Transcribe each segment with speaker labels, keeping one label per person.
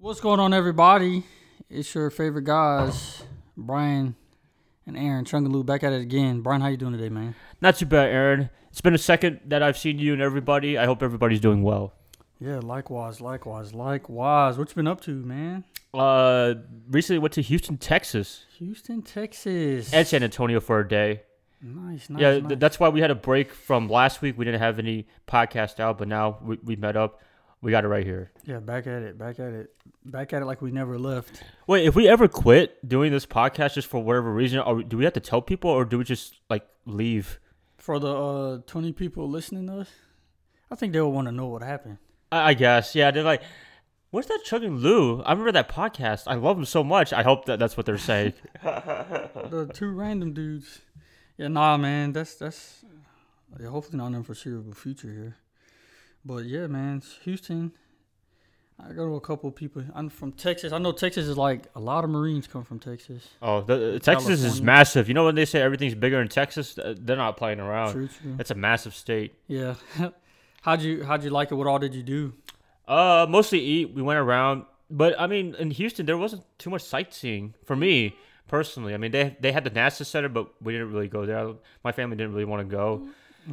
Speaker 1: What's going on, everybody? It's your favorite guys, Brian and Aaron Chungaloo, back at it again. Brian, how you doing today, man?
Speaker 2: Not too bad, Aaron. It's been a second that I've seen you and everybody. I hope everybody's doing well.
Speaker 1: Yeah, likewise, likewise, likewise. What you been up to, man?
Speaker 2: Uh, recently went to Houston, Texas,
Speaker 1: Houston, Texas.
Speaker 2: and San Antonio for a day.
Speaker 1: nice, nice.
Speaker 2: yeah,
Speaker 1: nice.
Speaker 2: th- that's why we had a break from last week. We didn't have any podcast out, but now we, we met up. We got it right here.
Speaker 1: yeah. Back at it, back at it, back at it like we never left.
Speaker 2: Wait, if we ever quit doing this podcast just for whatever reason, are we, do we have to tell people or do we just like leave?
Speaker 1: For the uh, twenty people listening to us, I think they'll want to know what happened.
Speaker 2: I, I guess. Yeah, they're like, "Where's that Chug and Lou?" I remember that podcast. I love him so much. I hope that that's what they're saying.
Speaker 1: The two random dudes. Yeah, nah, man. That's that's. Yeah, hopefully not in the foreseeable future here, but yeah, man. it's Houston. I go to a couple people. I'm from Texas. I know Texas is like a lot of Marines come from Texas.
Speaker 2: Oh, the, Texas is
Speaker 1: California.
Speaker 2: massive. You know when they say everything's bigger in Texas, Uh, they're not playing around.
Speaker 1: True, true.
Speaker 2: It's a massive state.
Speaker 1: Yeah. how'd you how'd you like it? What all did you do?
Speaker 2: Uh, mostly eat. We went around, but I mean, in Houston, there wasn't too much sightseeing for me personally. I mean, they they had the NASA Center, but we didn't really go there. I- My family didn't really want to go.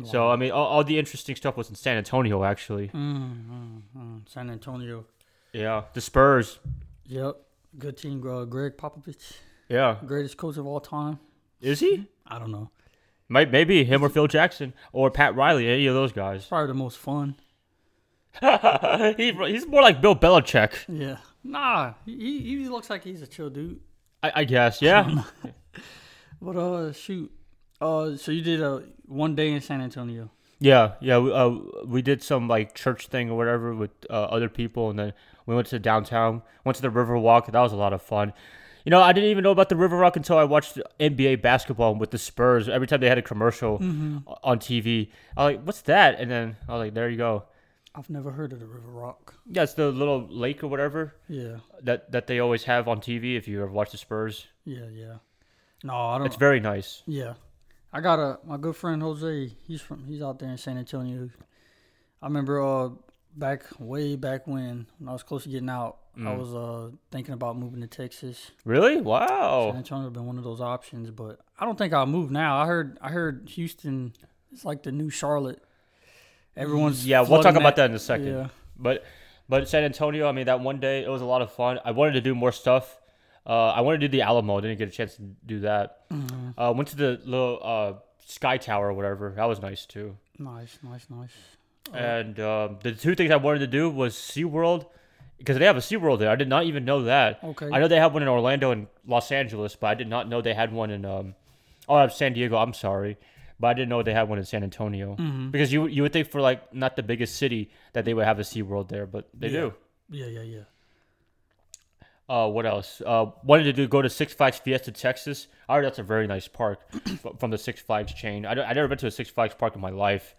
Speaker 2: So I mean, all, all the interesting stuff was in San Antonio, actually.
Speaker 1: Mm, mm, mm. San Antonio.
Speaker 2: Yeah, the Spurs.
Speaker 1: Yep. Good team, uh, Greg Popovich,
Speaker 2: Yeah,
Speaker 1: greatest coach of all time.
Speaker 2: is he?
Speaker 1: I don't know.
Speaker 2: Might maybe him or Phil Jackson or Pat Riley, any of those guys.
Speaker 1: Probably the most fun.
Speaker 2: he, he's more like Bill Belichick.
Speaker 1: Yeah. Nah, he, he he looks like he's a chill dude.
Speaker 2: I, I guess, yeah.
Speaker 1: But uh, shoot. Uh, so you did a one day in San Antonio.
Speaker 2: yeah, yeah. We, uh, we did some like church thing or whatever with uh, other people, and then we went to downtown. Went to the River Walk. That was a lot of fun. You know, I didn't even know about the River Walk until I watched NBA basketball with the Spurs. Every time they had a commercial
Speaker 1: Mm-hmm.
Speaker 2: o- on TV, I was like, "What's that?" And then I was like, "There you go."
Speaker 1: I've never heard of the River Rock.
Speaker 2: Yeah, it's the little lake or whatever
Speaker 1: Yeah,
Speaker 2: that that they always have on TV. If you ever watch the Spurs,
Speaker 1: yeah, yeah. No, I don't.
Speaker 2: it's very nice.
Speaker 1: yeah, I got a my good friend Jose. He's from he's out there in San Antonio. I remember uh back way back when when I was close to getting out,
Speaker 2: Mm.
Speaker 1: I was uh thinking about moving to Texas.
Speaker 2: Really?
Speaker 1: San
Speaker 2: Wow.
Speaker 1: Antonio been one of those options, but I don't think I'll move now. I heard I heard Houston is like the new Charlotte. Everyone's
Speaker 2: Yeah, we'll talk
Speaker 1: flooding
Speaker 2: about that in a second.
Speaker 1: Yeah.
Speaker 2: But but San Antonio, I mean, that one day it was a lot of fun. I wanted to do more stuff. Uh, I wanted to do the Alamo. Didn't get a chance to do that.
Speaker 1: Mm-hmm.
Speaker 2: Uh, went to the little uh, Sky Tower or whatever. That was nice too.
Speaker 1: Nice, nice, nice. Oh.
Speaker 2: And um, the two things I wanted to do was SeaWorld because they have a SeaWorld there. I did not even know that.
Speaker 1: Oh, Okay.
Speaker 2: I know they have one in Orlando and Los Angeles, but I did not know they had one in um, oh, uh, San Diego. I'm sorry, but I didn't know they had one in San Antonio
Speaker 1: Mm-hmm.
Speaker 2: because you you would think for like not the biggest city that they would have a SeaWorld there, but they
Speaker 1: Yeah.
Speaker 2: do.
Speaker 1: Yeah, yeah, yeah.
Speaker 2: Uh, what else? Uh, wanted to do, go to Six Flags Fiesta, Texas. I heard that's a very nice park f- from the Six Flags chain. I, don't- I never been to a Six Flags park in my life,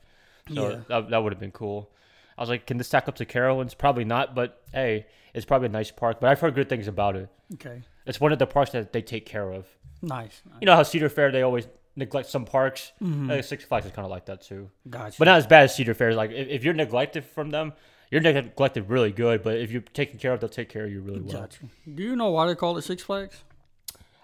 Speaker 2: so
Speaker 1: Yeah.
Speaker 2: that, that would have been cool. I was like, can this stack up to Carowinds? Probably not, but hey, it's probably a nice park. But I've heard good things about it.
Speaker 1: Okay.
Speaker 2: It's one of the parks that they take care of.
Speaker 1: Nice. nice.
Speaker 2: You know how Cedar Fair they always neglect some parks.
Speaker 1: Mm-hmm.
Speaker 2: I think Six Flags is kind of like that too,
Speaker 1: Gotcha.
Speaker 2: but not as bad as Cedar Fair. Like if, if you're neglected from them, you're neglected really good. But if you're taken care of, they'll take care of you really well.
Speaker 1: gotcha. Do you know why they call it Six Flags?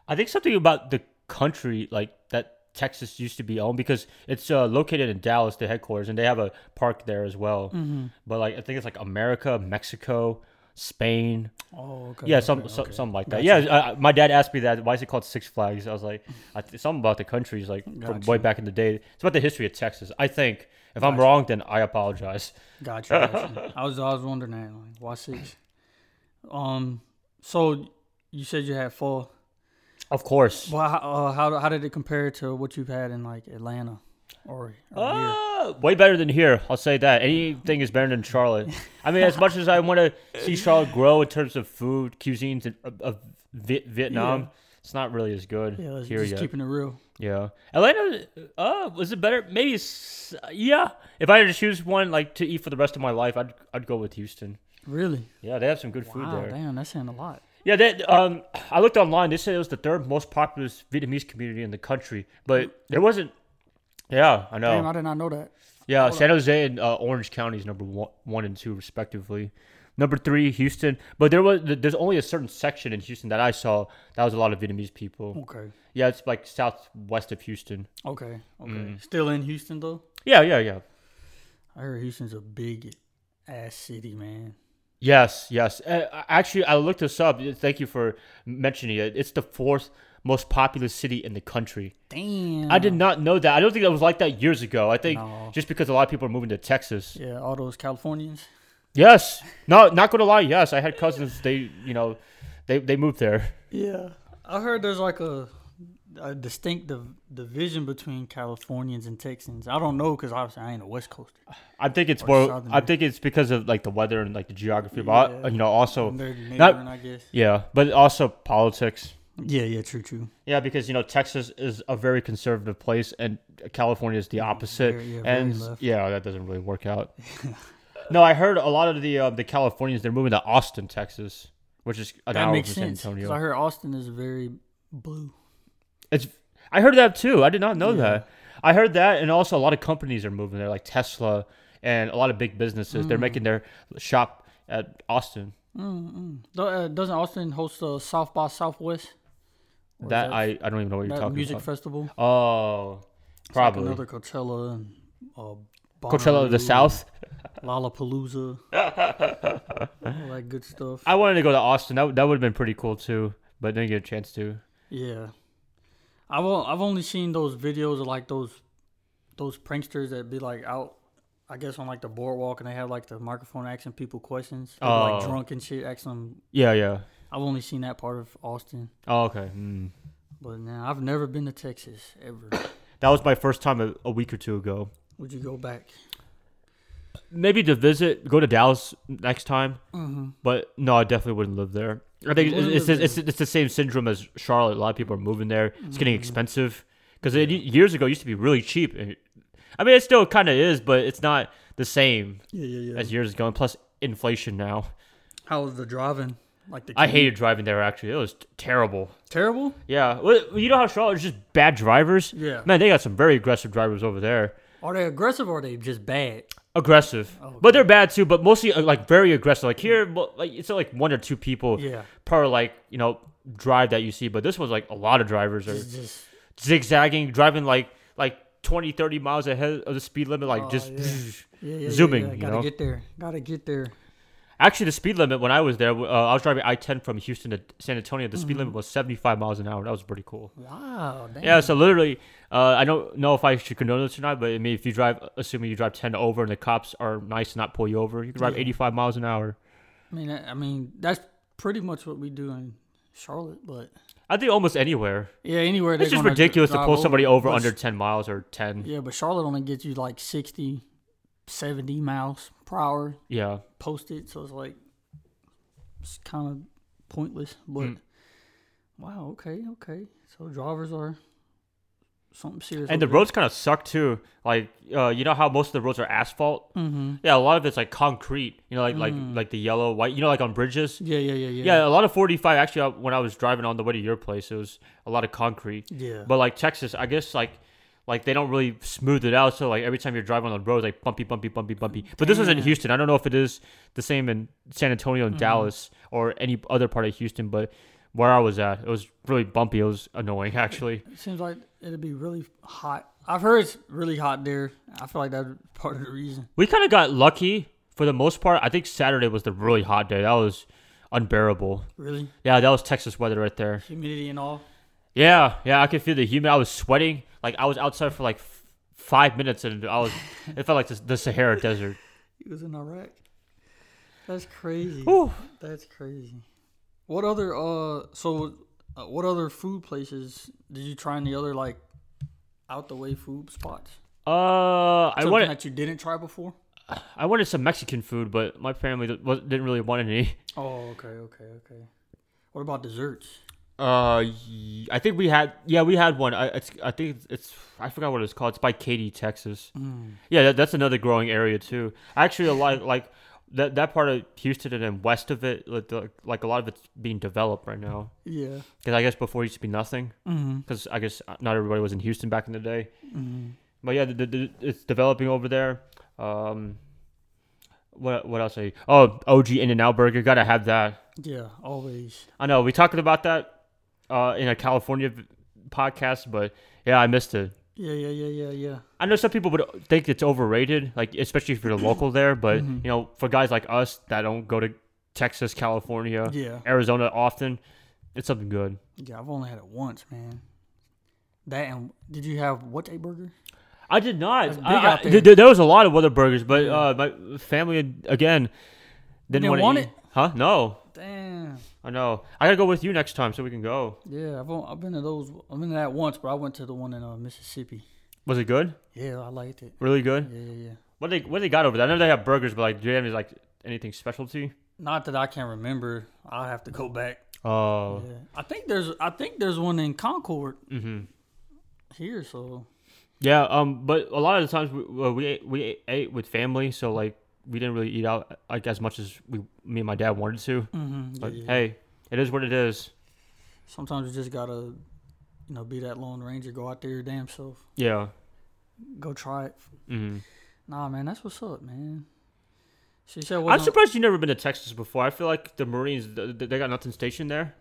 Speaker 2: I think something about the country like that Texas used to be owned because it's uh, located in Dallas, the headquarters, and they have a park there as well. But like I think it's like America, Mexico, Spain,
Speaker 1: Oh, okay.
Speaker 2: yeah,
Speaker 1: okay,
Speaker 2: some, some
Speaker 1: okay.
Speaker 2: something like that. Yeah, uh, my dad asked me that. Why is it called Six Flags? I was like, I th- something about the countries, like from
Speaker 1: Gotcha.
Speaker 2: way back in the day. It's about the history of Texas. I think if I'm wrong, then I apologize.
Speaker 1: Gotcha. gotcha. I was I was wondering that. Like, why six? Um. So you said you had four.
Speaker 2: Of course.
Speaker 1: Well, how- uh, how how did it compare to what you've had in like Atlanta or, or here?
Speaker 2: Uh, way better than here. I'll say that. Anything is better than Charlotte. I mean, as much as I want to see Charlotte grow in terms of food, cuisines and- of, of Vi- Vietnam,
Speaker 1: Yeah.
Speaker 2: it's not really as good
Speaker 1: Yeah, let's
Speaker 2: here
Speaker 1: just
Speaker 2: yet.
Speaker 1: keeping it real.
Speaker 2: yeah, Atlanta. Uh, was it better? Maybe. It's, yeah. If I had to choose one, like to eat for the rest of my life, I'd I'd go with Houston.
Speaker 1: Really?
Speaker 2: Yeah, they have some good food
Speaker 1: Wow,
Speaker 2: there.
Speaker 1: damn, that's saying a lot.
Speaker 2: Yeah, that um, I looked online. They said it was the third most populous Vietnamese community in the country,
Speaker 1: Mm.
Speaker 2: but there wasn't. Yeah, I know.
Speaker 1: Damn, I did not know that.
Speaker 2: Yeah, San Jose and uh, Orange County is number one, one and two respectively. Number three, Houston. But there was there's only a certain section in Houston that I saw that was a lot of Vietnamese people.
Speaker 1: Okay.
Speaker 2: Yeah, it's like southwest of Houston.
Speaker 1: Okay. Okay. Still in Houston though.
Speaker 2: Yeah, yeah, yeah.
Speaker 1: I heard Houston's a big ass city, man.
Speaker 2: Yes, yes. Uh, actually, I looked this up. Uh, Thank you for mentioning it. It's the fourth most populous city in the country.
Speaker 1: Damn.
Speaker 2: I did not know that. I don't think it was like that years ago. I think
Speaker 1: No.
Speaker 2: just because a lot of people are moving to Texas.
Speaker 1: Yeah, all those Californians.
Speaker 2: Yes. No, not gonna lie. Yes, I had cousins. They, you know, they they moved there.
Speaker 1: Yeah. I heard there's like a, a distinct div- division between Californians and Texans. I don't know because obviously I ain't a West Coaster.
Speaker 2: I think it's
Speaker 1: Or
Speaker 2: more.
Speaker 1: Southern.
Speaker 2: I think it's because of like the weather and like the geography, but
Speaker 1: Yeah. Mm-hmm.
Speaker 2: you know, also
Speaker 1: They're neighboring,
Speaker 2: Oh. not-
Speaker 1: I guess.
Speaker 2: yeah, but also politics.
Speaker 1: Yeah, yeah, true, true.
Speaker 2: Yeah, because you know Texas is a very conservative place, and California is the opposite.
Speaker 1: Mm-hmm. Very- yeah, very
Speaker 2: and
Speaker 1: left.
Speaker 2: yeah, that doesn't really work out. no, I heard a lot of the uh, the Californians they're moving to Austin, Texas, which is an
Speaker 1: That
Speaker 2: hour
Speaker 1: makes
Speaker 2: from San
Speaker 1: sense. 'cause
Speaker 2: Antonio.
Speaker 1: I heard Austin is very blue.
Speaker 2: It's I heard that too. I did not know
Speaker 1: Yeah.
Speaker 2: that. I heard that, and also a lot of companies are moving there, like Tesla and a lot of big businesses.
Speaker 1: Mm.
Speaker 2: They're making their shop at Austin.
Speaker 1: Mm-mm. Do- uh, Doesn't Austin host the South by Southwest? Or is
Speaker 2: That I, I don't even know what you're
Speaker 1: that
Speaker 2: talking
Speaker 1: music
Speaker 2: about.
Speaker 1: festival?
Speaker 2: oh,
Speaker 1: It's like
Speaker 2: probably
Speaker 1: another Coachella and uh,
Speaker 2: Coachella of the
Speaker 1: Bonnaroo,
Speaker 2: South.
Speaker 1: Lollapalooza, all that good stuff.
Speaker 2: I wanted to go to Austin. That, that would have been pretty cool too, but didn't get a chance to.
Speaker 1: Yeah, I've o- I've only seen those videos of like those those pranksters that be like out, I guess on like the boardwalk and they have like the microphone asking people questions, They be, like
Speaker 2: Oh.
Speaker 1: drunk and shit. Asking them.
Speaker 2: Yeah, yeah.
Speaker 1: I've only seen that part of Austin,
Speaker 2: Oh, okay. Mm.
Speaker 1: but now I've never been to Texas ever.
Speaker 2: That was my first time a, a week or two ago.
Speaker 1: Would you go back?
Speaker 2: Maybe to visit, go to Dallas next time.
Speaker 1: Mm-hmm.
Speaker 2: But no, I definitely wouldn't live there. I think
Speaker 1: wouldn't
Speaker 2: it's,
Speaker 1: live
Speaker 2: it's, it's,
Speaker 1: there. Mm-hmm.
Speaker 2: the same syndrome as Charlotte. A lot of people are moving there. It's getting expensive because it years ago used to be really cheap. And- I mean, it still kind of is, but it's not the same
Speaker 1: Yeah, yeah, yeah.
Speaker 2: as years ago. And plus, inflation now.
Speaker 1: How was the driving? Like the
Speaker 2: I
Speaker 1: commute?
Speaker 2: hated driving there. Actually, it was t- terrible.
Speaker 1: terrible.
Speaker 2: Yeah, well, you know how Charlotte is just bad drivers.
Speaker 1: Yeah.
Speaker 2: man, they got some very aggressive drivers over there.
Speaker 1: Are they aggressive or are they just bad?
Speaker 2: Aggressive,
Speaker 1: Oh,
Speaker 2: but they're bad too. But mostly uh, like very aggressive. Like here, mo- like it's like one or two people.
Speaker 1: Yeah.
Speaker 2: per like you know drive that you see but this was like a lot of drivers are
Speaker 1: It's just
Speaker 2: zigzagging driving like like 20 30 miles ahead of the speed limit like just
Speaker 1: Oh, yeah, yeah, yeah,
Speaker 2: Zooming,
Speaker 1: Yeah,
Speaker 2: you
Speaker 1: gotta
Speaker 2: know?
Speaker 1: get there. Gotta get there.
Speaker 2: actually the speed limit when i was there uh, i was driving i-10 from houston to san antonio the
Speaker 1: Mm-hmm.
Speaker 2: speed limit was 75 miles an hour that was pretty cool
Speaker 1: Wow. Damn.
Speaker 2: yeah so literally uh, i don't know if i should condone this or not but i mean if you drive assuming you drive 10 over and the cops are nice to not pull you over you can drive
Speaker 1: Yeah.
Speaker 2: 85 miles an hour
Speaker 1: I mean, I, I mean, that's pretty much what we do in Charlotte. But
Speaker 2: i think almost anywhere
Speaker 1: yeah, anywhere
Speaker 2: it's
Speaker 1: they're
Speaker 2: just
Speaker 1: gonna
Speaker 2: ridiculous to
Speaker 1: drive
Speaker 2: pull somebody over
Speaker 1: But
Speaker 2: under
Speaker 1: s-
Speaker 2: 10 miles or 10
Speaker 1: Yeah, but Charlotte only gets you like 60, 70 miles per hour
Speaker 2: yeah.
Speaker 1: posted, so it's like it's kind of pointless. But
Speaker 2: Mm.
Speaker 1: wow, okay, okay. So drivers are something serious.
Speaker 2: And the roads kind of suck too. Like uh, you know how most of the roads are asphalt.
Speaker 1: Mm-hmm.
Speaker 2: Yeah, a lot of it's like concrete. You know, like like like the yellow, white. You know, like on bridges.
Speaker 1: Yeah, yeah, Mm. yeah, yeah.
Speaker 2: Yeah, a lot of 45. Actually, uh, when I was driving on the way to your place, it was a lot of concrete.
Speaker 1: Yeah.
Speaker 2: But like Texas, I guess like like they don't really smooth it out. So like every time you're driving on the road, like bumpy, bumpy, bumpy, bumpy. But this was in
Speaker 1: Damn.
Speaker 2: Houston. I don't know if it is the same in San Antonio and Dallas or any other part of Houston, but where I was at, it was really bumpy. It was annoying actually.
Speaker 1: It seems like it'd be really hot. I've heard it's really hot there. I feel like that's part of the reason.
Speaker 2: We kind of got lucky for the most part. I think Saturday was the really hot day. That was unbearable.
Speaker 1: Really?
Speaker 2: Yeah, that was Texas weather right there.
Speaker 1: Humidity and all.
Speaker 2: Yeah, yeah, I could feel the humid. I was sweating. Like I was outside for like f- five minutes, and I was. It felt like the, the Sahara Desert.
Speaker 1: He was in Iraq. That's crazy.
Speaker 2: Whew.
Speaker 1: That's crazy. What other uh so uh, what other food places did you try in the other like out the way food spots?
Speaker 2: Uh, I
Speaker 1: Something
Speaker 2: wanted
Speaker 1: that you didn't try before?
Speaker 2: I wanted some Mexican food, but my family th- was- didn't really want any.
Speaker 1: Oh, okay, okay, okay. What about desserts?
Speaker 2: Uh, y- I think we had yeah we had one. I it's, I think it's, it's I forgot what it's called. It's by Katy, Texas.
Speaker 1: Mm.
Speaker 2: Yeah, that, that's another growing area too. Actually, a lot like that that part of Houston and then west of it, like, the- like a lot of it's being developed right now.
Speaker 1: Yeah.
Speaker 2: Because I guess before it used to be nothing.
Speaker 1: Mm-hmm.
Speaker 2: Because I guess not everybody was in Houston back in the day. But yeah, the, the, the, it's developing over there. Um, What what else? Are you? Oh, OG In and Out Burger. Gotta have that.
Speaker 1: Yeah, always.
Speaker 2: I know we talked about that uh, in a California v- podcast, but yeah, I missed it.
Speaker 1: Yeah, yeah, yeah, yeah, yeah.
Speaker 2: I know some people would think it's overrated, like especially if you're local there. But
Speaker 1: Mm-hmm.
Speaker 2: you know, for guys like us that don't go to Texas, California,
Speaker 1: Yeah.
Speaker 2: Arizona often, it's something good.
Speaker 1: Yeah, I've only had it once, man. That and did you have what day burger?
Speaker 2: I did not.
Speaker 1: big
Speaker 2: I, I-
Speaker 1: out there.
Speaker 2: th- th- there was a lot of other burgers, but uh, my family again didn't,
Speaker 1: Didn't
Speaker 2: want
Speaker 1: want
Speaker 2: to eat.
Speaker 1: it?
Speaker 2: Huh? No,
Speaker 1: Damn.
Speaker 2: I know. I gotta go with you next time so we can go.
Speaker 1: Yeah, I've, on- I've been to those. I've been to that once, but I went to the one in uh, Mississippi.
Speaker 2: Was it good?
Speaker 1: Yeah, I liked it.
Speaker 2: Really good.
Speaker 1: Yeah, yeah, yeah.
Speaker 2: What they what they got over there? I know they have burgers, but like, do they have any, like anything specialty?
Speaker 1: Not that I can remember. I'll have to go back.
Speaker 2: Oh,
Speaker 1: Yeah. I think there's. I think there's one in Concord
Speaker 2: hmm
Speaker 1: here. So
Speaker 2: yeah. Um, but a lot of the times we well, we ate, we ate with family, so like we didn't really eat out like as much as we me and my dad wanted to.
Speaker 1: mhm, yeah,
Speaker 2: But
Speaker 1: yeah.
Speaker 2: hey, it is what it is.
Speaker 1: sometimes you just gotta, you know, be that lone ranger. Go out there your damn self.
Speaker 2: Yeah.
Speaker 1: Go try it.
Speaker 2: hmm
Speaker 1: Nah, man, that's what's up, man. She said,
Speaker 2: I'm
Speaker 1: wasn't-
Speaker 2: surprised you've never been to Texas before. I feel like the Marines, th- th- they got nothing stationed there.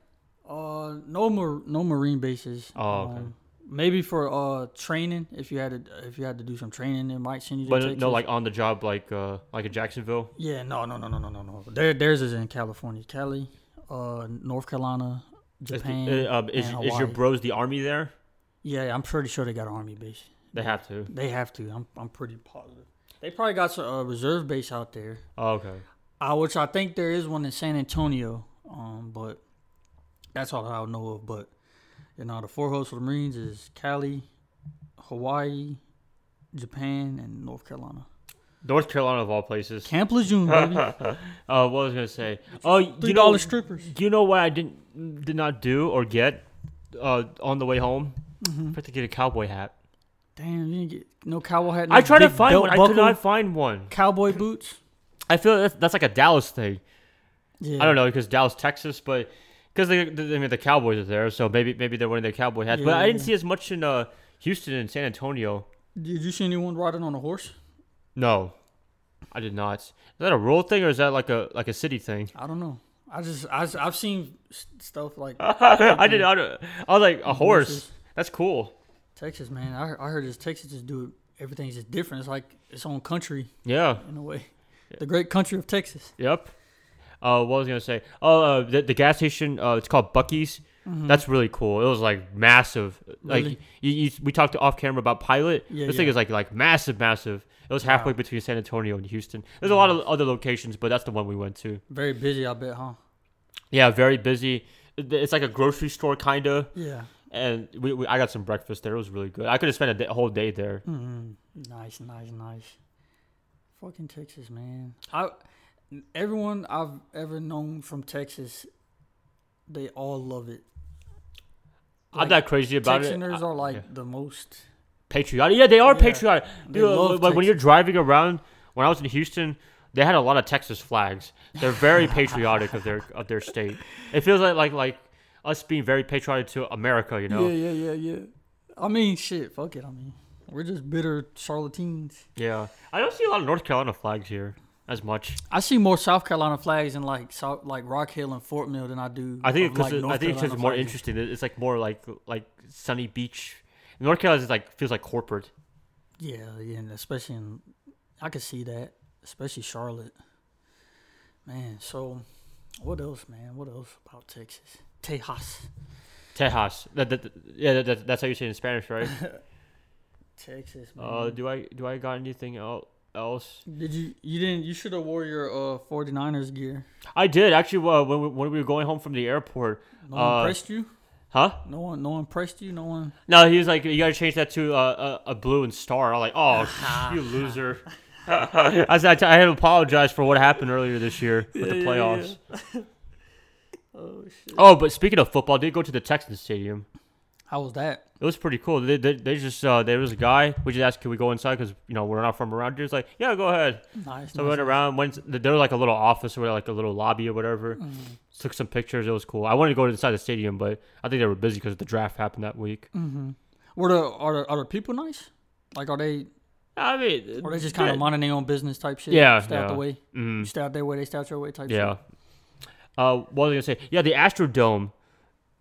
Speaker 1: Uh, no more, no marine bases. Um,
Speaker 2: Oh, okay.
Speaker 1: maybe for uh training, if you had to, if you had to do some training, it might send you. To
Speaker 2: But uh,
Speaker 1: Texas.
Speaker 2: no, like on the job, like uh, like in Jacksonville.
Speaker 1: Yeah, no, no, no, no, no, no, no. Their, theirs is in California, Cali, uh, North Carolina,
Speaker 2: Is,
Speaker 1: Japan,
Speaker 2: uh, um, is,
Speaker 1: and
Speaker 2: is your
Speaker 1: Hawaii.
Speaker 2: bros the Army there?
Speaker 1: Yeah, I'm pretty sure they got an army base.
Speaker 2: They have to.
Speaker 1: They have to. I'm, I'm pretty positive. They probably got some, a reserve base out there.
Speaker 2: Oh, okay.
Speaker 1: Uh, which I think there is one in San Antonio, um, but that's all I know of. But you know, the four hosts of the Marines is Cali, Hawaii, Japan, and North Carolina.
Speaker 2: North Carolina of all places.
Speaker 1: Camp Lejeune, baby.
Speaker 2: Uh, what was I gonna say? Oh,
Speaker 1: Three
Speaker 2: you know,
Speaker 1: dollar strippers.
Speaker 2: you know what I didn't did not do or get uh, on the way home? I forgot to get a cowboy hat.
Speaker 1: Damn, you didn't get no cowboy hat.
Speaker 2: I
Speaker 1: no
Speaker 2: tried to
Speaker 1: big
Speaker 2: find
Speaker 1: belt
Speaker 2: one. I
Speaker 1: buckle,
Speaker 2: could not find one.
Speaker 1: Cowboy boots.
Speaker 2: I feel that's, that's like a Dallas thing.
Speaker 1: Yeah.
Speaker 2: I don't know because Dallas, Texas, but because they, they, I mean, the Cowboys are there, so maybe maybe they're wearing their cowboy hats. But I didn't
Speaker 1: Yeah.
Speaker 2: see as much in uh, Houston and San Antonio.
Speaker 1: Did you see anyone riding on a horse?
Speaker 2: No, I did not. Is that a rural thing or is that like a like a city thing?
Speaker 1: I don't know. I just I, just- I've seen s- stuff like
Speaker 2: I did. I, don't- I was like a horse.
Speaker 1: Horses.
Speaker 2: That's cool.
Speaker 1: Texas, man. I, I heard this Texas just do it. Everything's just different. It's like its own country.
Speaker 2: Yeah.
Speaker 1: in a way. The great country of Texas.
Speaker 2: Yep. Uh, what was I gonna say? Oh, uh, the, the gas station. Uh, it's called Bucky's. Mm-hmm. That's really cool. It was like massive. Like
Speaker 1: Really?
Speaker 2: you, you, we talked off camera about Pilot.
Speaker 1: Yeah,
Speaker 2: this thing
Speaker 1: yeah.
Speaker 2: is like like massive, massive. It was halfway between San Antonio and Houston. There's a lot of other locations, but that's the one we went to.
Speaker 1: Very busy, I bet, huh?
Speaker 2: Yeah, very busy. It- It's like a grocery store kinda,
Speaker 1: Yeah.
Speaker 2: and we, we I got some breakfast there. It was really good. I could have spent a day, whole day there.
Speaker 1: mm Nice, nice, nice. Fucking Texas, man. I everyone I've ever known from Texas, they all love it.
Speaker 2: I'm not crazy about it.
Speaker 1: Texaners
Speaker 2: I-
Speaker 1: are like
Speaker 2: yeah.
Speaker 1: the most.
Speaker 2: patriotic. Yeah, they are
Speaker 1: Yeah.
Speaker 2: patriotic.
Speaker 1: They
Speaker 2: Dude, uh,
Speaker 1: love
Speaker 2: like when you're driving around, when I was in Houston, they had a lot of Texas flags. They're very patriotic of their of their state. It feels like like like us being very patriotic to America, you know? Yeah.
Speaker 1: yeah, yeah, yeah. I mean, shit. Fuck it. I mean, we're just bitter charlatans.
Speaker 2: I don't see a lot of North Carolina flags here as much.
Speaker 1: I see more South Carolina flags in like South, like Rock Hill and Fort Mill than I do.
Speaker 2: I think
Speaker 1: of,
Speaker 2: because
Speaker 1: like, North
Speaker 2: I think it's
Speaker 1: Carolina
Speaker 2: just more
Speaker 1: flags.
Speaker 2: interesting. It- It's like more like like sunny beach. North Carolina is like feels like corporate.
Speaker 1: Yeah, yeah, and especially in, I could see that, especially Charlotte. Man, so what else, man? What else about Texas? Tejas,
Speaker 2: Tejas. That, that, yeah, that, that, that's how you say it in Spanish, right?
Speaker 1: Texas, man.
Speaker 2: uh, do I do I got anything el- else?
Speaker 1: Did you? You didn't? You should have wore your uh 49ers gear.
Speaker 2: I did actually. Uh, when we, when we were going home from the airport,
Speaker 1: No
Speaker 2: Uh,
Speaker 1: one pressed you.
Speaker 2: huh?
Speaker 1: No one. No one pressed you. No one.
Speaker 2: No, he was like, "You gotta change that to uh, a, a blue and star." I'm like, "Oh, you loser!" I said, "I had apologized for what happened earlier this year with the
Speaker 1: Yeah, yeah,
Speaker 2: playoffs."
Speaker 1: Oh shit.
Speaker 2: Oh, but speaking of football, I did go to the Texans stadium.
Speaker 1: How was that?
Speaker 2: It was pretty cool. They, they, they just uh, there was a guy. We just asked, "Can we go inside?" Because you know we're not from around here. He's like, "Yeah, go ahead."
Speaker 1: Nice.
Speaker 2: So we
Speaker 1: nice.
Speaker 2: went around. Went there was like a little office or like a little lobby or whatever.
Speaker 1: Mm-hmm.
Speaker 2: Took some pictures. It was cool. I wanted to go inside the stadium, but I think they were busy
Speaker 1: Mm-hmm.
Speaker 2: because the draft happened that week.
Speaker 1: Were the are the, are the people nice? Like, are they
Speaker 2: I mean,
Speaker 1: Or they just kind of minding their own business type shit.
Speaker 2: Yeah,
Speaker 1: Stay out the
Speaker 2: yeah.
Speaker 1: way.
Speaker 2: Mm.
Speaker 1: You stay out their way, they stay out your way type
Speaker 2: Yeah.
Speaker 1: shit.
Speaker 2: Uh, what was I gonna say? Yeah, the Astrodome,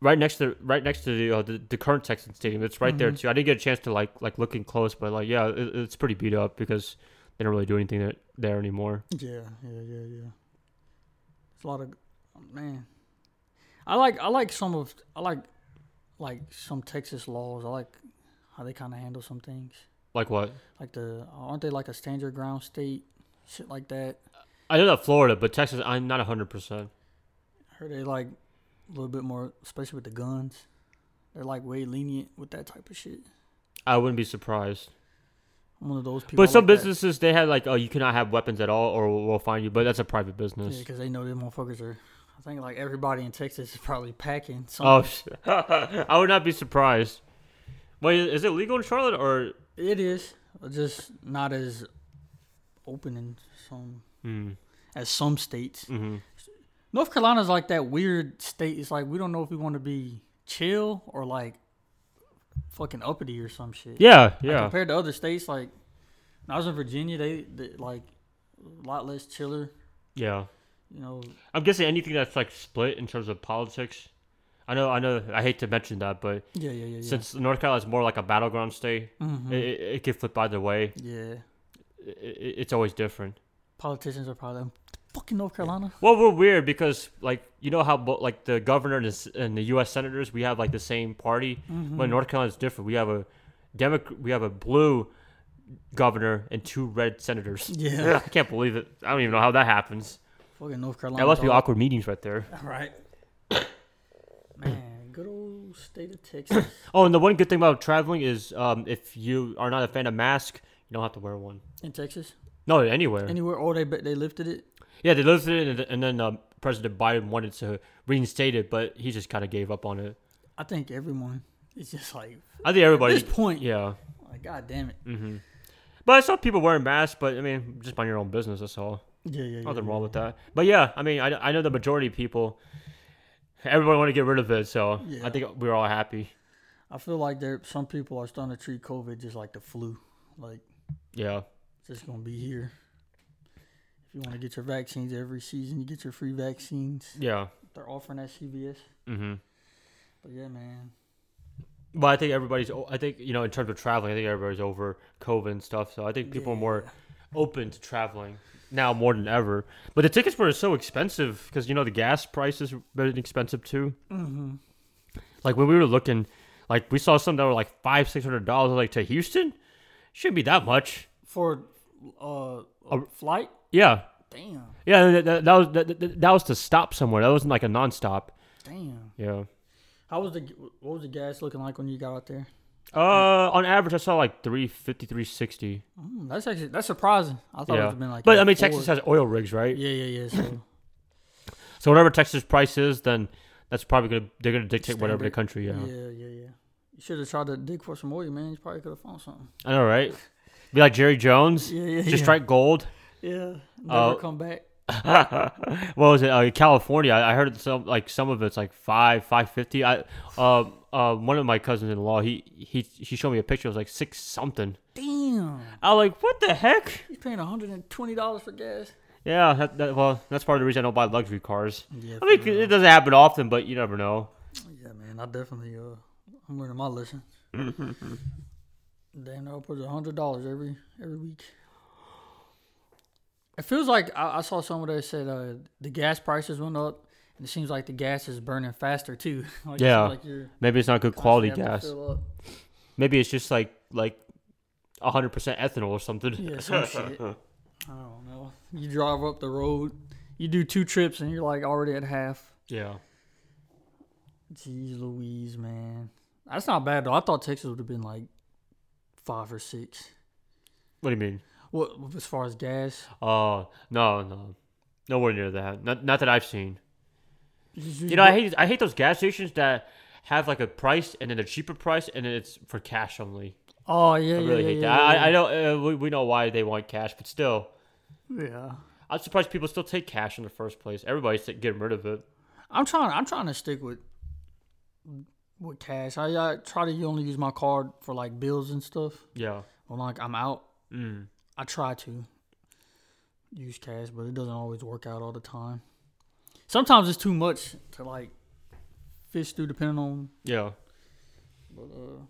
Speaker 2: right next to right next to the uh, the, the current Texan Stadium. It's right
Speaker 1: Mm-hmm.
Speaker 2: there too. I didn't get a chance to like like look in close, but like yeah, it, it's pretty beat up because they don't really do anything there, there anymore.
Speaker 1: Yeah, yeah, yeah, yeah. It's a lot of man. I like I like some of I like like some Texas laws. I like how they kind of handle some things.
Speaker 2: Like what?
Speaker 1: Like the aren't they like a stand your ground state, shit like that.
Speaker 2: I know that Florida, but Texas, I'm not hundred percent.
Speaker 1: heard they like a little bit more, especially with the guns. They're like way lenient with that type of shit.
Speaker 2: I wouldn't be surprised.
Speaker 1: I'm one of those people. I
Speaker 2: But some
Speaker 1: like that.
Speaker 2: businesses they had like, oh, you cannot have weapons at all, or we'll- we'll find you. But that's a private
Speaker 1: Yeah,
Speaker 2: business.
Speaker 1: because they know them motherfuckers are. I think like everybody in Texas is probably packing. Something.
Speaker 2: oh, shit. I would not be surprised. Wait, is it legal in Charlotte or?
Speaker 1: it is just not as open in some
Speaker 2: Hmm.
Speaker 1: as some states.
Speaker 2: hmm
Speaker 1: North Carolina's like that weird state. It's like we don't know if we want to be chill or like fucking uppity or some shit.
Speaker 2: Yeah,
Speaker 1: Like,
Speaker 2: yeah.
Speaker 1: compared to other states, like when I was in Virginia, they, they like a lot less chiller.
Speaker 2: Yeah.
Speaker 1: You know,
Speaker 2: I'm guessing anything that's like split in terms of politics. I know, I know. I hate to mention that, but
Speaker 1: yeah, yeah, yeah, yeah.
Speaker 2: since North Carolina is more like a battleground state,
Speaker 1: Mhm.
Speaker 2: it, it, it could flip either way.
Speaker 1: yeah,
Speaker 2: I- I- it's always different.
Speaker 1: politicians are probably fucking North Carolina.
Speaker 2: Well, we're weird because, like, you know how bo- like the governor and the, s- and the U.S. senators, we have like the same party.
Speaker 1: Mm-hmm.
Speaker 2: But North Carolina is different. We have a Democ- we have a blue governor and two red senators.
Speaker 1: Yeah.
Speaker 2: I can't believe it. I don't even know how that happens.
Speaker 1: Fucking North Carolina.
Speaker 2: That must be
Speaker 1: dog.
Speaker 2: awkward meetings right there.
Speaker 1: Right. Man, good old state of Texas.
Speaker 2: Oh, and the one good thing about traveling is um, if you are not a fan of mask, you don't have to wear one.
Speaker 1: in Texas,
Speaker 2: No, anywhere.
Speaker 1: anywhere, or they they lifted it.
Speaker 2: yeah, they listed it, and- and then um, President Biden wanted to reinstate it, but he just kind of gave up on it.
Speaker 1: I think everyone. It's just like
Speaker 2: I think everybody.
Speaker 1: this point-
Speaker 2: Yeah.
Speaker 1: Like, God damn it.
Speaker 2: hmm But I saw people wearing masks, but I mean, just mind your own business, that's all.
Speaker 1: Yeah, yeah, yeah.
Speaker 2: Nothing wrong with that. But yeah, I mean, I, I know the majority of people, everyone want to get rid of it, so
Speaker 1: Yeah.
Speaker 2: I think we're all happy.
Speaker 1: I feel like there some people are starting to treat COVID just like the flu. Like
Speaker 2: Yeah.
Speaker 1: it's just gonna be here. If you want to get your vaccines every season, you get your free vaccines.
Speaker 2: Yeah.
Speaker 1: They're offering at CVS.
Speaker 2: hmm
Speaker 1: But yeah, man.
Speaker 2: But I think everybody's. o- I think you know, in terms of traveling, I think everybody's over COVID and stuff. So I think people are more open to traveling now more than ever. But the tickets were so expensive because you know the gas prices were really expensive too.
Speaker 1: Mm-hmm.
Speaker 2: Like when we were looking, like we saw some that were like five, six hundred dollars. Like to Houston, shouldn't be that much.
Speaker 1: For uh, a
Speaker 2: A-
Speaker 1: flight.
Speaker 2: Yeah,
Speaker 1: Damn.
Speaker 2: yeah. That, that, that was that, that, that was to stop somewhere. That wasn't like a nonstop.
Speaker 1: Damn.
Speaker 2: Yeah.
Speaker 1: How was the what was the gas looking like when you got out there?
Speaker 2: Uh, on average, I saw like 350, 360.
Speaker 1: Mm, that's actually that's surprising. I thought it would
Speaker 2: Yeah,
Speaker 1: have been like.
Speaker 2: but I
Speaker 1: that
Speaker 2: mean,
Speaker 1: before.
Speaker 2: Texas has oil rigs, right?
Speaker 1: Yeah, yeah, yeah. So
Speaker 2: So whatever Texas price is, then that's probably gonna they're gonna dictate whatever the
Speaker 1: Standard.
Speaker 2: country.
Speaker 1: yeah,
Speaker 2: Yeah,
Speaker 1: yeah, yeah. You should have tried to dig for some oil, man. You probably could have found something.
Speaker 2: I know, right? Be like Jerry Jones,
Speaker 1: Yeah, yeah,
Speaker 2: just
Speaker 1: yeah.
Speaker 2: strike gold.
Speaker 1: Yeah. Never
Speaker 2: Uh,
Speaker 1: come back.
Speaker 2: what was it? Uh, California. I, I heard some like some of it's like five five fifty. I um uh, one of my cousins in law he he he showed me a picture. It was like six something.
Speaker 1: Damn.
Speaker 2: I was like, what the heck?
Speaker 1: He's paying hundred and twenty dollars for gas.
Speaker 2: Yeah, that, that, well, that's part of the reason I don't buy luxury cars.
Speaker 1: Yeah,
Speaker 2: I mean, it doesn't happen often, but you never know.
Speaker 1: yeah, man. I definitely uh, I'm learning my lesson. Damn, near I put a hundred dollars every every week. It feels like I, I saw somewhere that said uh, the gas prices went up, and it seems like the gas is burning faster too. like, it seems
Speaker 2: Yeah.
Speaker 1: like you're
Speaker 2: Maybe it's not good quality
Speaker 1: constantly having to
Speaker 2: gas.
Speaker 1: fill up.
Speaker 2: Maybe it's just like like hundred percent ethanol or something.
Speaker 1: Yeah, some shit. I don't know. You drive up the road, you do two trips, and you're like already at half.
Speaker 2: Yeah.
Speaker 1: Jeez Louise, man. That's not bad though. I thought Texas would have been like five or six.
Speaker 2: What do you mean?
Speaker 1: What as far as gas?
Speaker 2: Oh no, no, nowhere near that. Not, not that I've seen.
Speaker 1: You
Speaker 2: You know, I hate I hate those gas stations that have like a price and then a cheaper price and then it's for cash only.
Speaker 1: Oh yeah,
Speaker 2: I
Speaker 1: yeah,
Speaker 2: really
Speaker 1: yeah,
Speaker 2: hate
Speaker 1: yeah,
Speaker 2: that.
Speaker 1: yeah.
Speaker 2: I, I know uh, we, we know why they want cash, but still,
Speaker 1: Yeah.
Speaker 2: I'm surprised people still take cash in the first place. Everybody's t- getting rid of it.
Speaker 1: I'm trying. I'm trying to stick with with cash. I, I try to only use my card for like bills and stuff.
Speaker 2: Yeah,
Speaker 1: When like I'm out,
Speaker 2: Mm.
Speaker 1: I try to use cash, but it doesn't always work out all the time. Sometimes it's too much to like fish through, depending on.
Speaker 2: Yeah.
Speaker 1: But uh,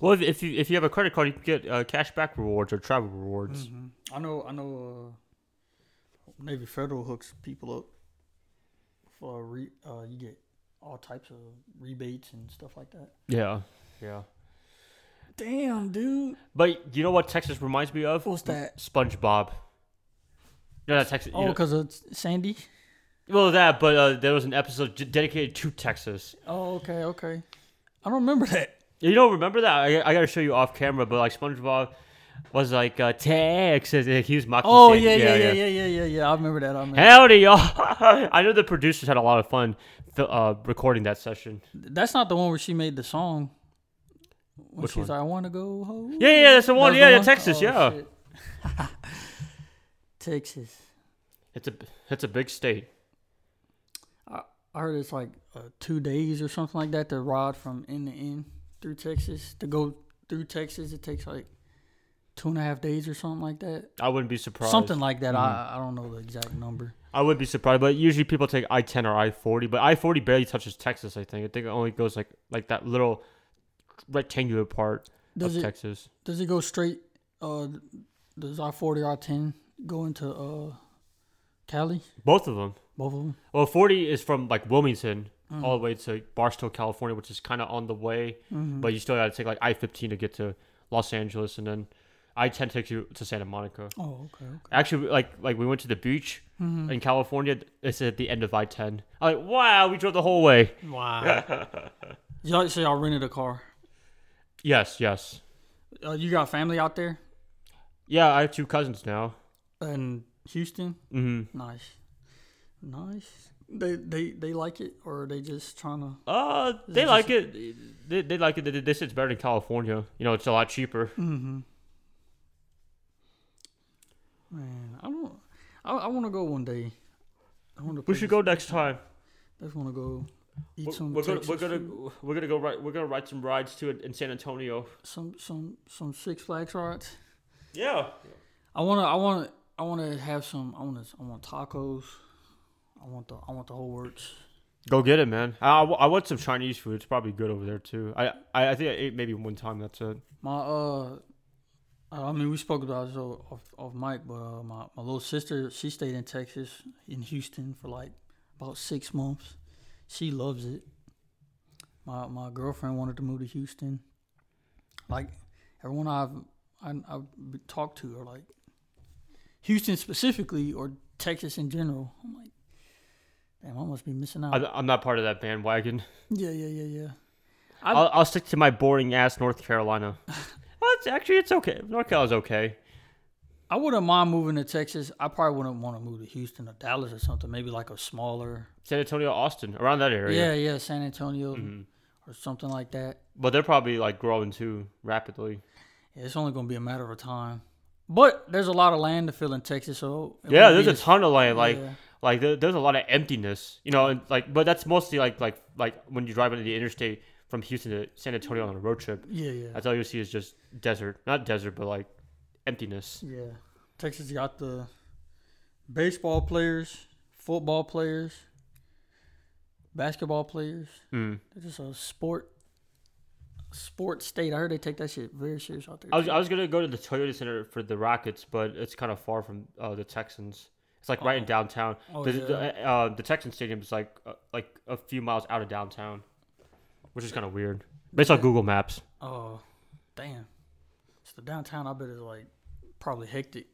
Speaker 2: Well, if, if you if you have a credit card, you can get uh, cash back rewards or travel rewards.
Speaker 1: mhm. I know, I know. Uh, Navy Federal hooks people up for re- uh, you get all types of rebates and stuff like that.
Speaker 2: Yeah. Yeah.
Speaker 1: Damn, dude.
Speaker 2: But you know what Texas reminds me of?
Speaker 1: What's that?
Speaker 2: SpongeBob. No, not Texas.
Speaker 1: Oh, because it's Sandy.
Speaker 2: well, that. But uh, there was an episode d- dedicated to Texas.
Speaker 1: Oh, okay, okay. I don't remember that.
Speaker 2: You don't remember that? I, I gotta show you off camera. But like SpongeBob was like uh, Texas. and He was mocking.
Speaker 1: Oh
Speaker 2: Sandy.
Speaker 1: yeah, yeah, yeah, yeah, yeah, yeah, yeah. I remember that. I remember.
Speaker 2: Howdy, y'all! I know the producers had a lot of fun th- uh, recording that session.
Speaker 1: That's not the one where she made the song. When
Speaker 2: Which
Speaker 1: she's like, I want to go home.
Speaker 2: Yeah, yeah, that's the one.
Speaker 1: That's
Speaker 2: yeah,
Speaker 1: the
Speaker 2: yeah,
Speaker 1: one?
Speaker 2: Texas.
Speaker 1: Oh,
Speaker 2: yeah,
Speaker 1: shit. Texas.
Speaker 2: it's a it's a big state.
Speaker 1: I heard it's like uh, two days or something like that to ride from end to end through Texas. To go through Texas, it takes like two and a half days or something like that.
Speaker 2: I wouldn't be surprised.
Speaker 1: Something like that. I, I don't know the exact number.
Speaker 2: I would be surprised, but usually people take I ten or I forty, but I forty barely touches Texas. I think I think it only goes like like that little rectangular part
Speaker 1: Does
Speaker 2: of
Speaker 1: it
Speaker 2: Texas.
Speaker 1: does it go straight? Uh, does I forty or I ten go into uh, Cali?
Speaker 2: Both of them.
Speaker 1: Both of them.
Speaker 2: Well, forty is from like Wilmington all the way to Barstow, California, which is kind of on the way, but you still got to take like I fifteen to get to Los Angeles, and then I ten takes you to Santa Monica.
Speaker 1: Oh, okay, okay.
Speaker 2: Actually, like like we went to the beach in California. It's at the end of I ten. I'm like, wow, we drove the whole way.
Speaker 1: Wow. y'all, so y'all rented a car.
Speaker 2: Yes, yes,
Speaker 1: Uh, you got family out there
Speaker 2: yeah. I have two cousins now.
Speaker 1: in Houston?
Speaker 2: hmm
Speaker 1: Nice, nice. They they they like it, or are they just trying to?
Speaker 2: Uh, they like it. They, they like it. They, they said it's better than California. You know, it's a lot cheaper.
Speaker 1: Man, I don't. I, I want to go one day. I want to.
Speaker 2: We should go next time.
Speaker 1: Just want to go eat
Speaker 2: We're,
Speaker 1: some.
Speaker 2: we're gonna
Speaker 1: Texas
Speaker 2: we're gonna
Speaker 1: food.
Speaker 2: we're gonna go right. We're gonna ride some rides too in, in San Antonio.
Speaker 1: some some some Six Flags rides.
Speaker 2: Yeah.
Speaker 1: I wanna I wanna I wanna have some. I wanna I want tacos. I want the I want the whole works.
Speaker 2: Go get it, man. I, I wa- I want some Chinese food. It's probably good over there too. I, I I think I ate maybe one time. That's it.
Speaker 1: My uh, I mean, we spoke about this o- off off mic, but uh, my my little sister, she stayed in Texas, in Houston, for like about six months. She loves it. My my girlfriend wanted to move to Houston. Like everyone I've I, I've been- talked to are like Houston specifically or Texas in general. I'm like, damn, I must be missing out.
Speaker 2: I, I'm not part of that bandwagon.
Speaker 1: yeah, yeah, yeah, yeah. I-
Speaker 2: I'll, I'll stick to my boring ass North Carolina. well, it's actually it's okay. North Carolina's okay.
Speaker 1: I wouldn't mind moving to Texas. I probably wouldn't want to move to Houston or Dallas or something. Maybe like a smaller,
Speaker 2: San Antonio, Austin, around that area. Mm-hmm.
Speaker 1: yeah, yeah, San Antonio or something like that.
Speaker 2: But they're probably like growing too rapidly.
Speaker 1: Yeah, it's only gonna be a matter of time. But there's a lot of land to fill in Texas, so it
Speaker 2: Yeah,
Speaker 1: wouldn't be
Speaker 2: there's a
Speaker 1: the-
Speaker 2: ton of land. Like,
Speaker 1: yeah.
Speaker 2: like there, there's a lot of emptiness. You know, and like, but that's mostly like, like, like when you drive into the interstate from Houston to San Antonio on a road trip.
Speaker 1: Yeah, yeah,
Speaker 2: That's all you see is just desert. Not desert, but like emptiness.
Speaker 1: yeah. Texas got the baseball players, football players, basketball players.
Speaker 2: Mm.
Speaker 1: They're just a sport, sport state. I heard they take that shit very serious out there.
Speaker 2: I was, I was gonna go to the Toyota Center for the Rockets, but it's kind of far from uh, the Texans. It's like right in downtown.
Speaker 1: Oh,
Speaker 2: the,
Speaker 1: yeah.
Speaker 2: the, uh, the Texans Stadium is like uh, like a few miles out of downtown, which is kind of weird. Based on Google Maps.
Speaker 1: Oh, damn. So downtown, I bet is like probably hectic.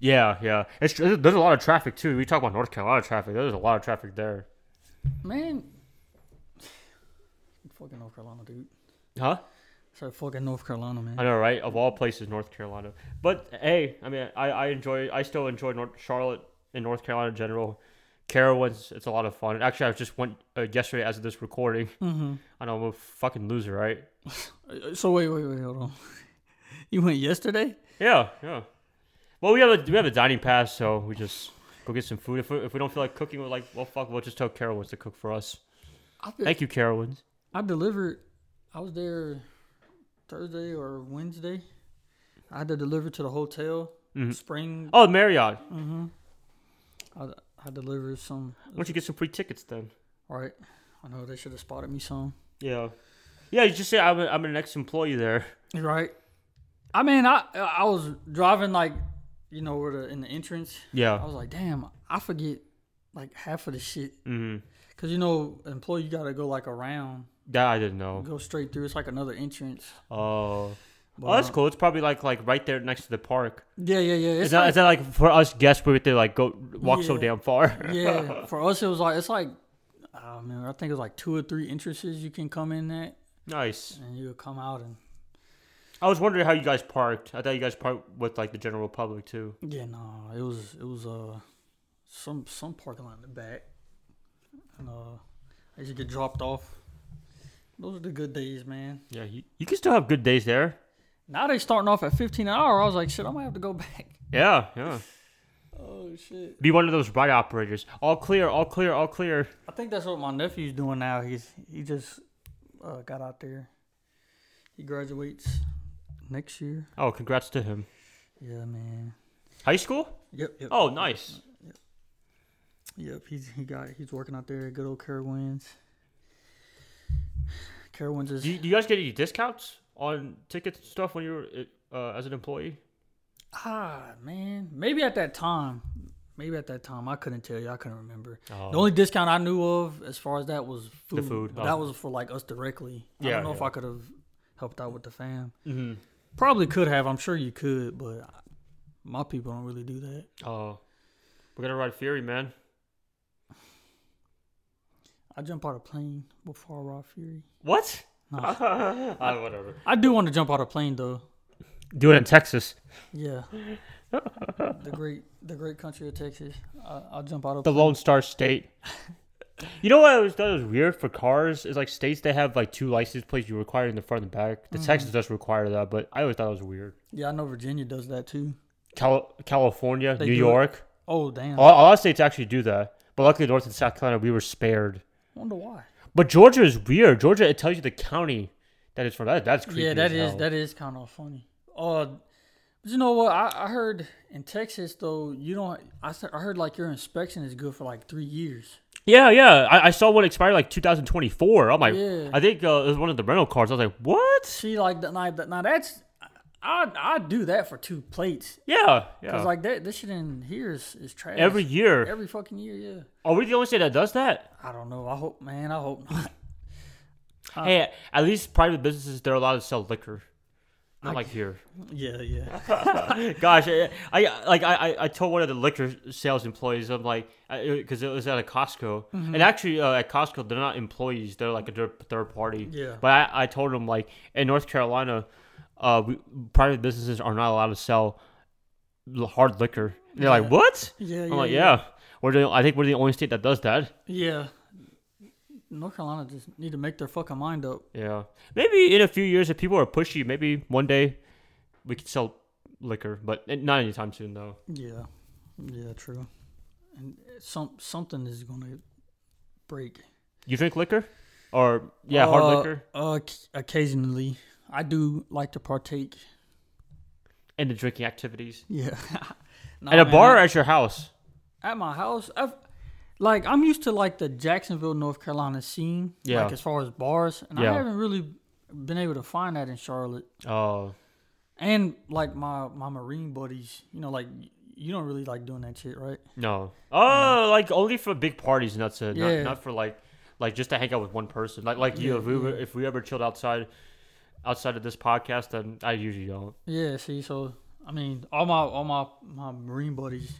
Speaker 2: Yeah, yeah. It's there's there's a lot of traffic too. We talk about North Carolina traffic. There's a lot of traffic there.
Speaker 1: Man, fucking North Carolina, dude.
Speaker 2: Huh?
Speaker 1: So fucking North Carolina, man.
Speaker 2: I know, right? Of all places, North Carolina. But hey, I mean, I, I enjoy. I still enjoy North Charlotte and North Carolina in general. Carowinds, it's a lot of fun. Actually, I just went uh, yesterday as of this recording.
Speaker 1: Mhm.
Speaker 2: I know I'm a fucking loser, right?
Speaker 1: Uh, So wait, wait, wait, hold on. you went yesterday?
Speaker 2: Yeah, yeah. Well, we have a we have a dining pass, so we just go get some food. If we, if we don't feel like cooking, we're like, well, fuck, we'll just tell Carowinds to cook for us.
Speaker 1: I, did-
Speaker 2: Thank you, Carowinds.
Speaker 1: I delivered. I was there Thursday or Wednesday. I had to deliver to the hotel. Spring.
Speaker 2: Oh, Marriott.
Speaker 1: I, I delivered some.
Speaker 2: Why don't you get some free tickets then?
Speaker 1: Right. I know they should have spotted me some.
Speaker 2: Yeah. Yeah, you just say I'm, a, I'm an ex-employee there.
Speaker 1: You're right. I mean, I I was driving like, you know, where the in the entrance. I
Speaker 2: Yeah.
Speaker 1: was like, damn, I forget like half of the shit.
Speaker 2: hmm
Speaker 1: Cause you know, employee, you gotta go like around,
Speaker 2: That I didn't know.
Speaker 1: go straight through. It's like another entrance.
Speaker 2: Oh. oh, that's
Speaker 1: uh,
Speaker 2: cool. It's probably like like right there next to the park.
Speaker 1: Yeah, yeah, yeah. It's
Speaker 2: Is that,
Speaker 1: like-
Speaker 2: is that like for us guests we would have to like go walk so
Speaker 1: Yeah.
Speaker 2: damn far?
Speaker 1: yeah, for us it was like it's like, oh man, I think it was like two or three entrances you can come in at,
Speaker 2: nice.
Speaker 1: and you'll come out and
Speaker 2: I was wondering how you guys parked. I thought you guys parked with like the general public too.
Speaker 1: yeah, no, it was it was uh some some parking lot in the back, and uh I used to get dropped off. Those are the good days, man.
Speaker 2: Yeah, you, you can still have good days there.
Speaker 1: Now they starting off at fifteen an hour. I was like, shit, I might have to go back.
Speaker 2: Yeah, yeah.
Speaker 1: Oh shit!
Speaker 2: Be one of those ride operators. All clear, all clear, all clear.
Speaker 1: I think that's what my nephew's doing now. He's he just uh, got out there. He graduates next year.
Speaker 2: Oh, congrats to him.
Speaker 1: Yeah, man.
Speaker 2: High school?
Speaker 1: Yep. yep
Speaker 2: Oh, nice.
Speaker 1: Yep. He's he got he's working out there. at Good old Carowinds. Carowinds is.
Speaker 2: Do you, do you guys get any discounts on tickets and stuff when you're uh, as an employee?
Speaker 1: ah man, maybe at that time, maybe at that time I couldn't tell you. I couldn't remember.
Speaker 2: Oh.
Speaker 1: The only discount I knew of as far as that was food.
Speaker 2: food,
Speaker 1: but
Speaker 2: oh.
Speaker 1: That was for like us directly. I
Speaker 2: Yeah,
Speaker 1: don't know if
Speaker 2: yeah.
Speaker 1: I could have helped out with the fam.
Speaker 2: Mm-hmm.
Speaker 1: Probably could have. I'm sure you could, but I- my people don't really do that.
Speaker 2: Oh, we're gonna ride Fury, man.
Speaker 1: I jump out of plane before I ride Fury.
Speaker 2: What?
Speaker 1: No.
Speaker 2: Ah, whatever.
Speaker 1: I do want to jump out of plane though.
Speaker 2: Do it in Texas.
Speaker 1: Yeah. the great, the great country of Texas. I, I'll jump out of
Speaker 2: The
Speaker 1: plane.
Speaker 2: Lone Star State. You know what I always thought was weird for cars is like states that have like two license plates you require in the front and back.
Speaker 1: Mm-hmm.
Speaker 2: The Texas does require that, but I always thought it was weird.
Speaker 1: Yeah, I know Virginia does that too.
Speaker 2: Cal- California,
Speaker 1: They
Speaker 2: New
Speaker 1: do it.
Speaker 2: York,
Speaker 1: Oh damn!
Speaker 2: a lot- a lot of states actually do that. But luckily, North and South Carolina, we were spared.
Speaker 1: Wonder why?
Speaker 2: But Georgia is weird. Georgia, it tells you the county that it's from. That, that's creepy.
Speaker 1: Yeah, that
Speaker 2: as
Speaker 1: is
Speaker 2: hell.
Speaker 1: that is kind of funny. Uh, but you know what? I, I heard in Texas though, you don't. I s- I heard like your inspection is good for like three years.
Speaker 2: Yeah, yeah. I, I saw one expire like 2024. I'm like,
Speaker 1: Yeah.
Speaker 2: I think uh, it was one of the rental cars. I was like, what?
Speaker 1: See, like that. Now, now that's I I do that for two plates.
Speaker 2: Yeah, yeah.
Speaker 1: Cause like that, this shit in here is, is trash.
Speaker 2: Every year,
Speaker 1: every fucking year, yeah.
Speaker 2: are we the only state that does that?
Speaker 1: I don't know. I hope, man. I hope not.
Speaker 2: hey, at least private businesses they're allowed to sell liquor, not like here.
Speaker 1: yeah, yeah.
Speaker 2: Gosh, I, I like I I- I told one of the liquor sales employees I'm like because it was at a Costco
Speaker 1: Mm-hmm.
Speaker 2: and actually uh, at Costco they're not employees they're like a third, third party.
Speaker 1: Yeah.
Speaker 2: But I, I told him like in North Carolina, uh, we, private businesses are not allowed to sell l- hard liquor. And they're
Speaker 1: Yeah.
Speaker 2: like what?
Speaker 1: Yeah,
Speaker 2: I'm
Speaker 1: yeah,
Speaker 2: like
Speaker 1: yeah.
Speaker 2: yeah. We're the, I think we're the only state that does that.
Speaker 1: Yeah. North Carolina just need to make their fucking mind up.
Speaker 2: Yeah. Maybe in a few years, if people are pushy, maybe one day we could sell liquor, but not anytime soon, though.
Speaker 1: Yeah. Yeah, true. And uh, some something is gonna break.
Speaker 2: You drink liquor? Or, yeah, hard
Speaker 1: Uh,
Speaker 2: liquor?
Speaker 1: Uh, c- occasionally, I do like to partake.
Speaker 2: And the drinking activities.
Speaker 1: Yeah. Nah,
Speaker 2: At a
Speaker 1: oh, man,
Speaker 2: bar or
Speaker 1: I-
Speaker 2: at your house?
Speaker 1: at my house, I've, like I'm used to like the Jacksonville, North Carolina scene.
Speaker 2: Yeah.
Speaker 1: Like as far as bars, and
Speaker 2: Yeah.
Speaker 1: I haven't really been able to find that in Charlotte.
Speaker 2: Oh.
Speaker 1: And like my my Marine buddies, you know, like y- you don't really like doing that shit, right?
Speaker 2: No. Oh, like only for big parties, and that's it.
Speaker 1: Yeah.
Speaker 2: Not, not for like, like just to hang out with one person. Like, like you,
Speaker 1: Yeah,
Speaker 2: if we, were, if we ever chilled outside, outside of this podcast, then I usually don't.
Speaker 1: Yeah. See, so I mean, all my all my my Marine buddies,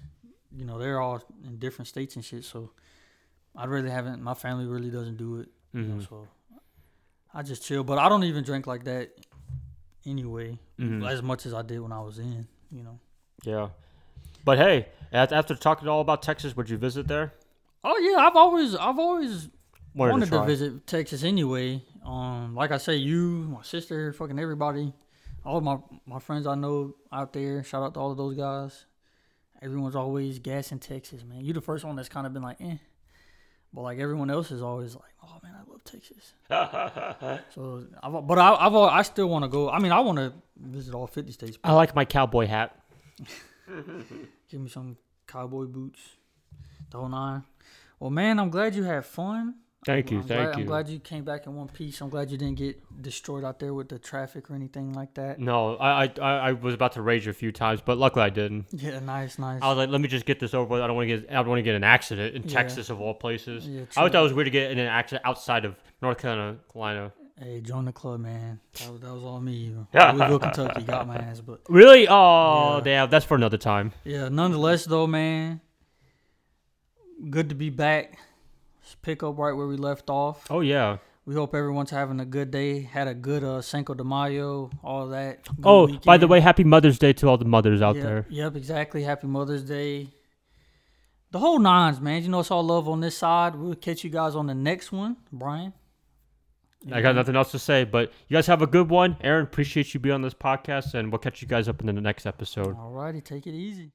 Speaker 1: you know, they're all in different states and shit. So I really haven't. My family really doesn't do it, you know, so I just chill. But I don't even drink like that anyway, as much as I did when I was in, you know.
Speaker 2: Yeah. But hey, af- after talking all about Texas, would you visit there?
Speaker 1: Oh yeah, I've always I've always
Speaker 2: Wanted to
Speaker 1: wanted to,
Speaker 2: try.
Speaker 1: visit Texas anyway. Um, like I say, you, my sister, fucking everybody, all my my friends I know out there. Shout out to all of those guys. Everyone's always gassing Texas, man. You the first one that's kind of been like, eh, but like everyone else is always like, oh man, I love Texas. so, I've, but I, I've, I still want to go. I mean, I want to visit all fifty states.
Speaker 2: I like my cowboy hat.
Speaker 1: Give me some cowboy boots, the whole nine. Well, man, I'm glad you had fun.
Speaker 2: Thank you,
Speaker 1: I'm
Speaker 2: thank
Speaker 1: glad,
Speaker 2: you.
Speaker 1: I'm glad you came back in one piece. I'm glad you didn't get destroyed out there with the traffic or anything like that.
Speaker 2: No, I, I I I was about to rage a few times, but luckily I didn't.
Speaker 1: Yeah, nice, nice.
Speaker 2: I was like, let me just get this over with. I don't want to get I don't want to get in an accident in
Speaker 1: Yeah.
Speaker 2: Texas of all places.
Speaker 1: Yeah,
Speaker 2: I always thought
Speaker 1: true.
Speaker 2: it was weird to get in an accident outside of North Carolina. Carolina.
Speaker 1: Hey, join the club, man. That was, that was all me. Louisville, Kentucky got my ass, but
Speaker 2: Really? Oh,
Speaker 1: Yeah.
Speaker 2: damn. That's for another time.
Speaker 1: yeah. Nonetheless, though, man, good to be back. Let's pick up right where we left off.
Speaker 2: Oh yeah.
Speaker 1: We hope everyone's having a good day. Had a good uh, Cinco de Mayo, all that. Good
Speaker 2: Oh, by the
Speaker 1: weekend.
Speaker 2: way, happy Mother's Day to all the mothers out
Speaker 1: yep,
Speaker 2: there.
Speaker 1: Yep, exactly. Happy Mother's Day. The whole nines, man. You know it's all love on this side. We'll catch you guys on the next one, Brian.
Speaker 2: I got nothing else to say, but you guys have a good one. Aaron, appreciate you being on this podcast, and we'll catch you guys up in the next episode.
Speaker 1: All righty, take it easy.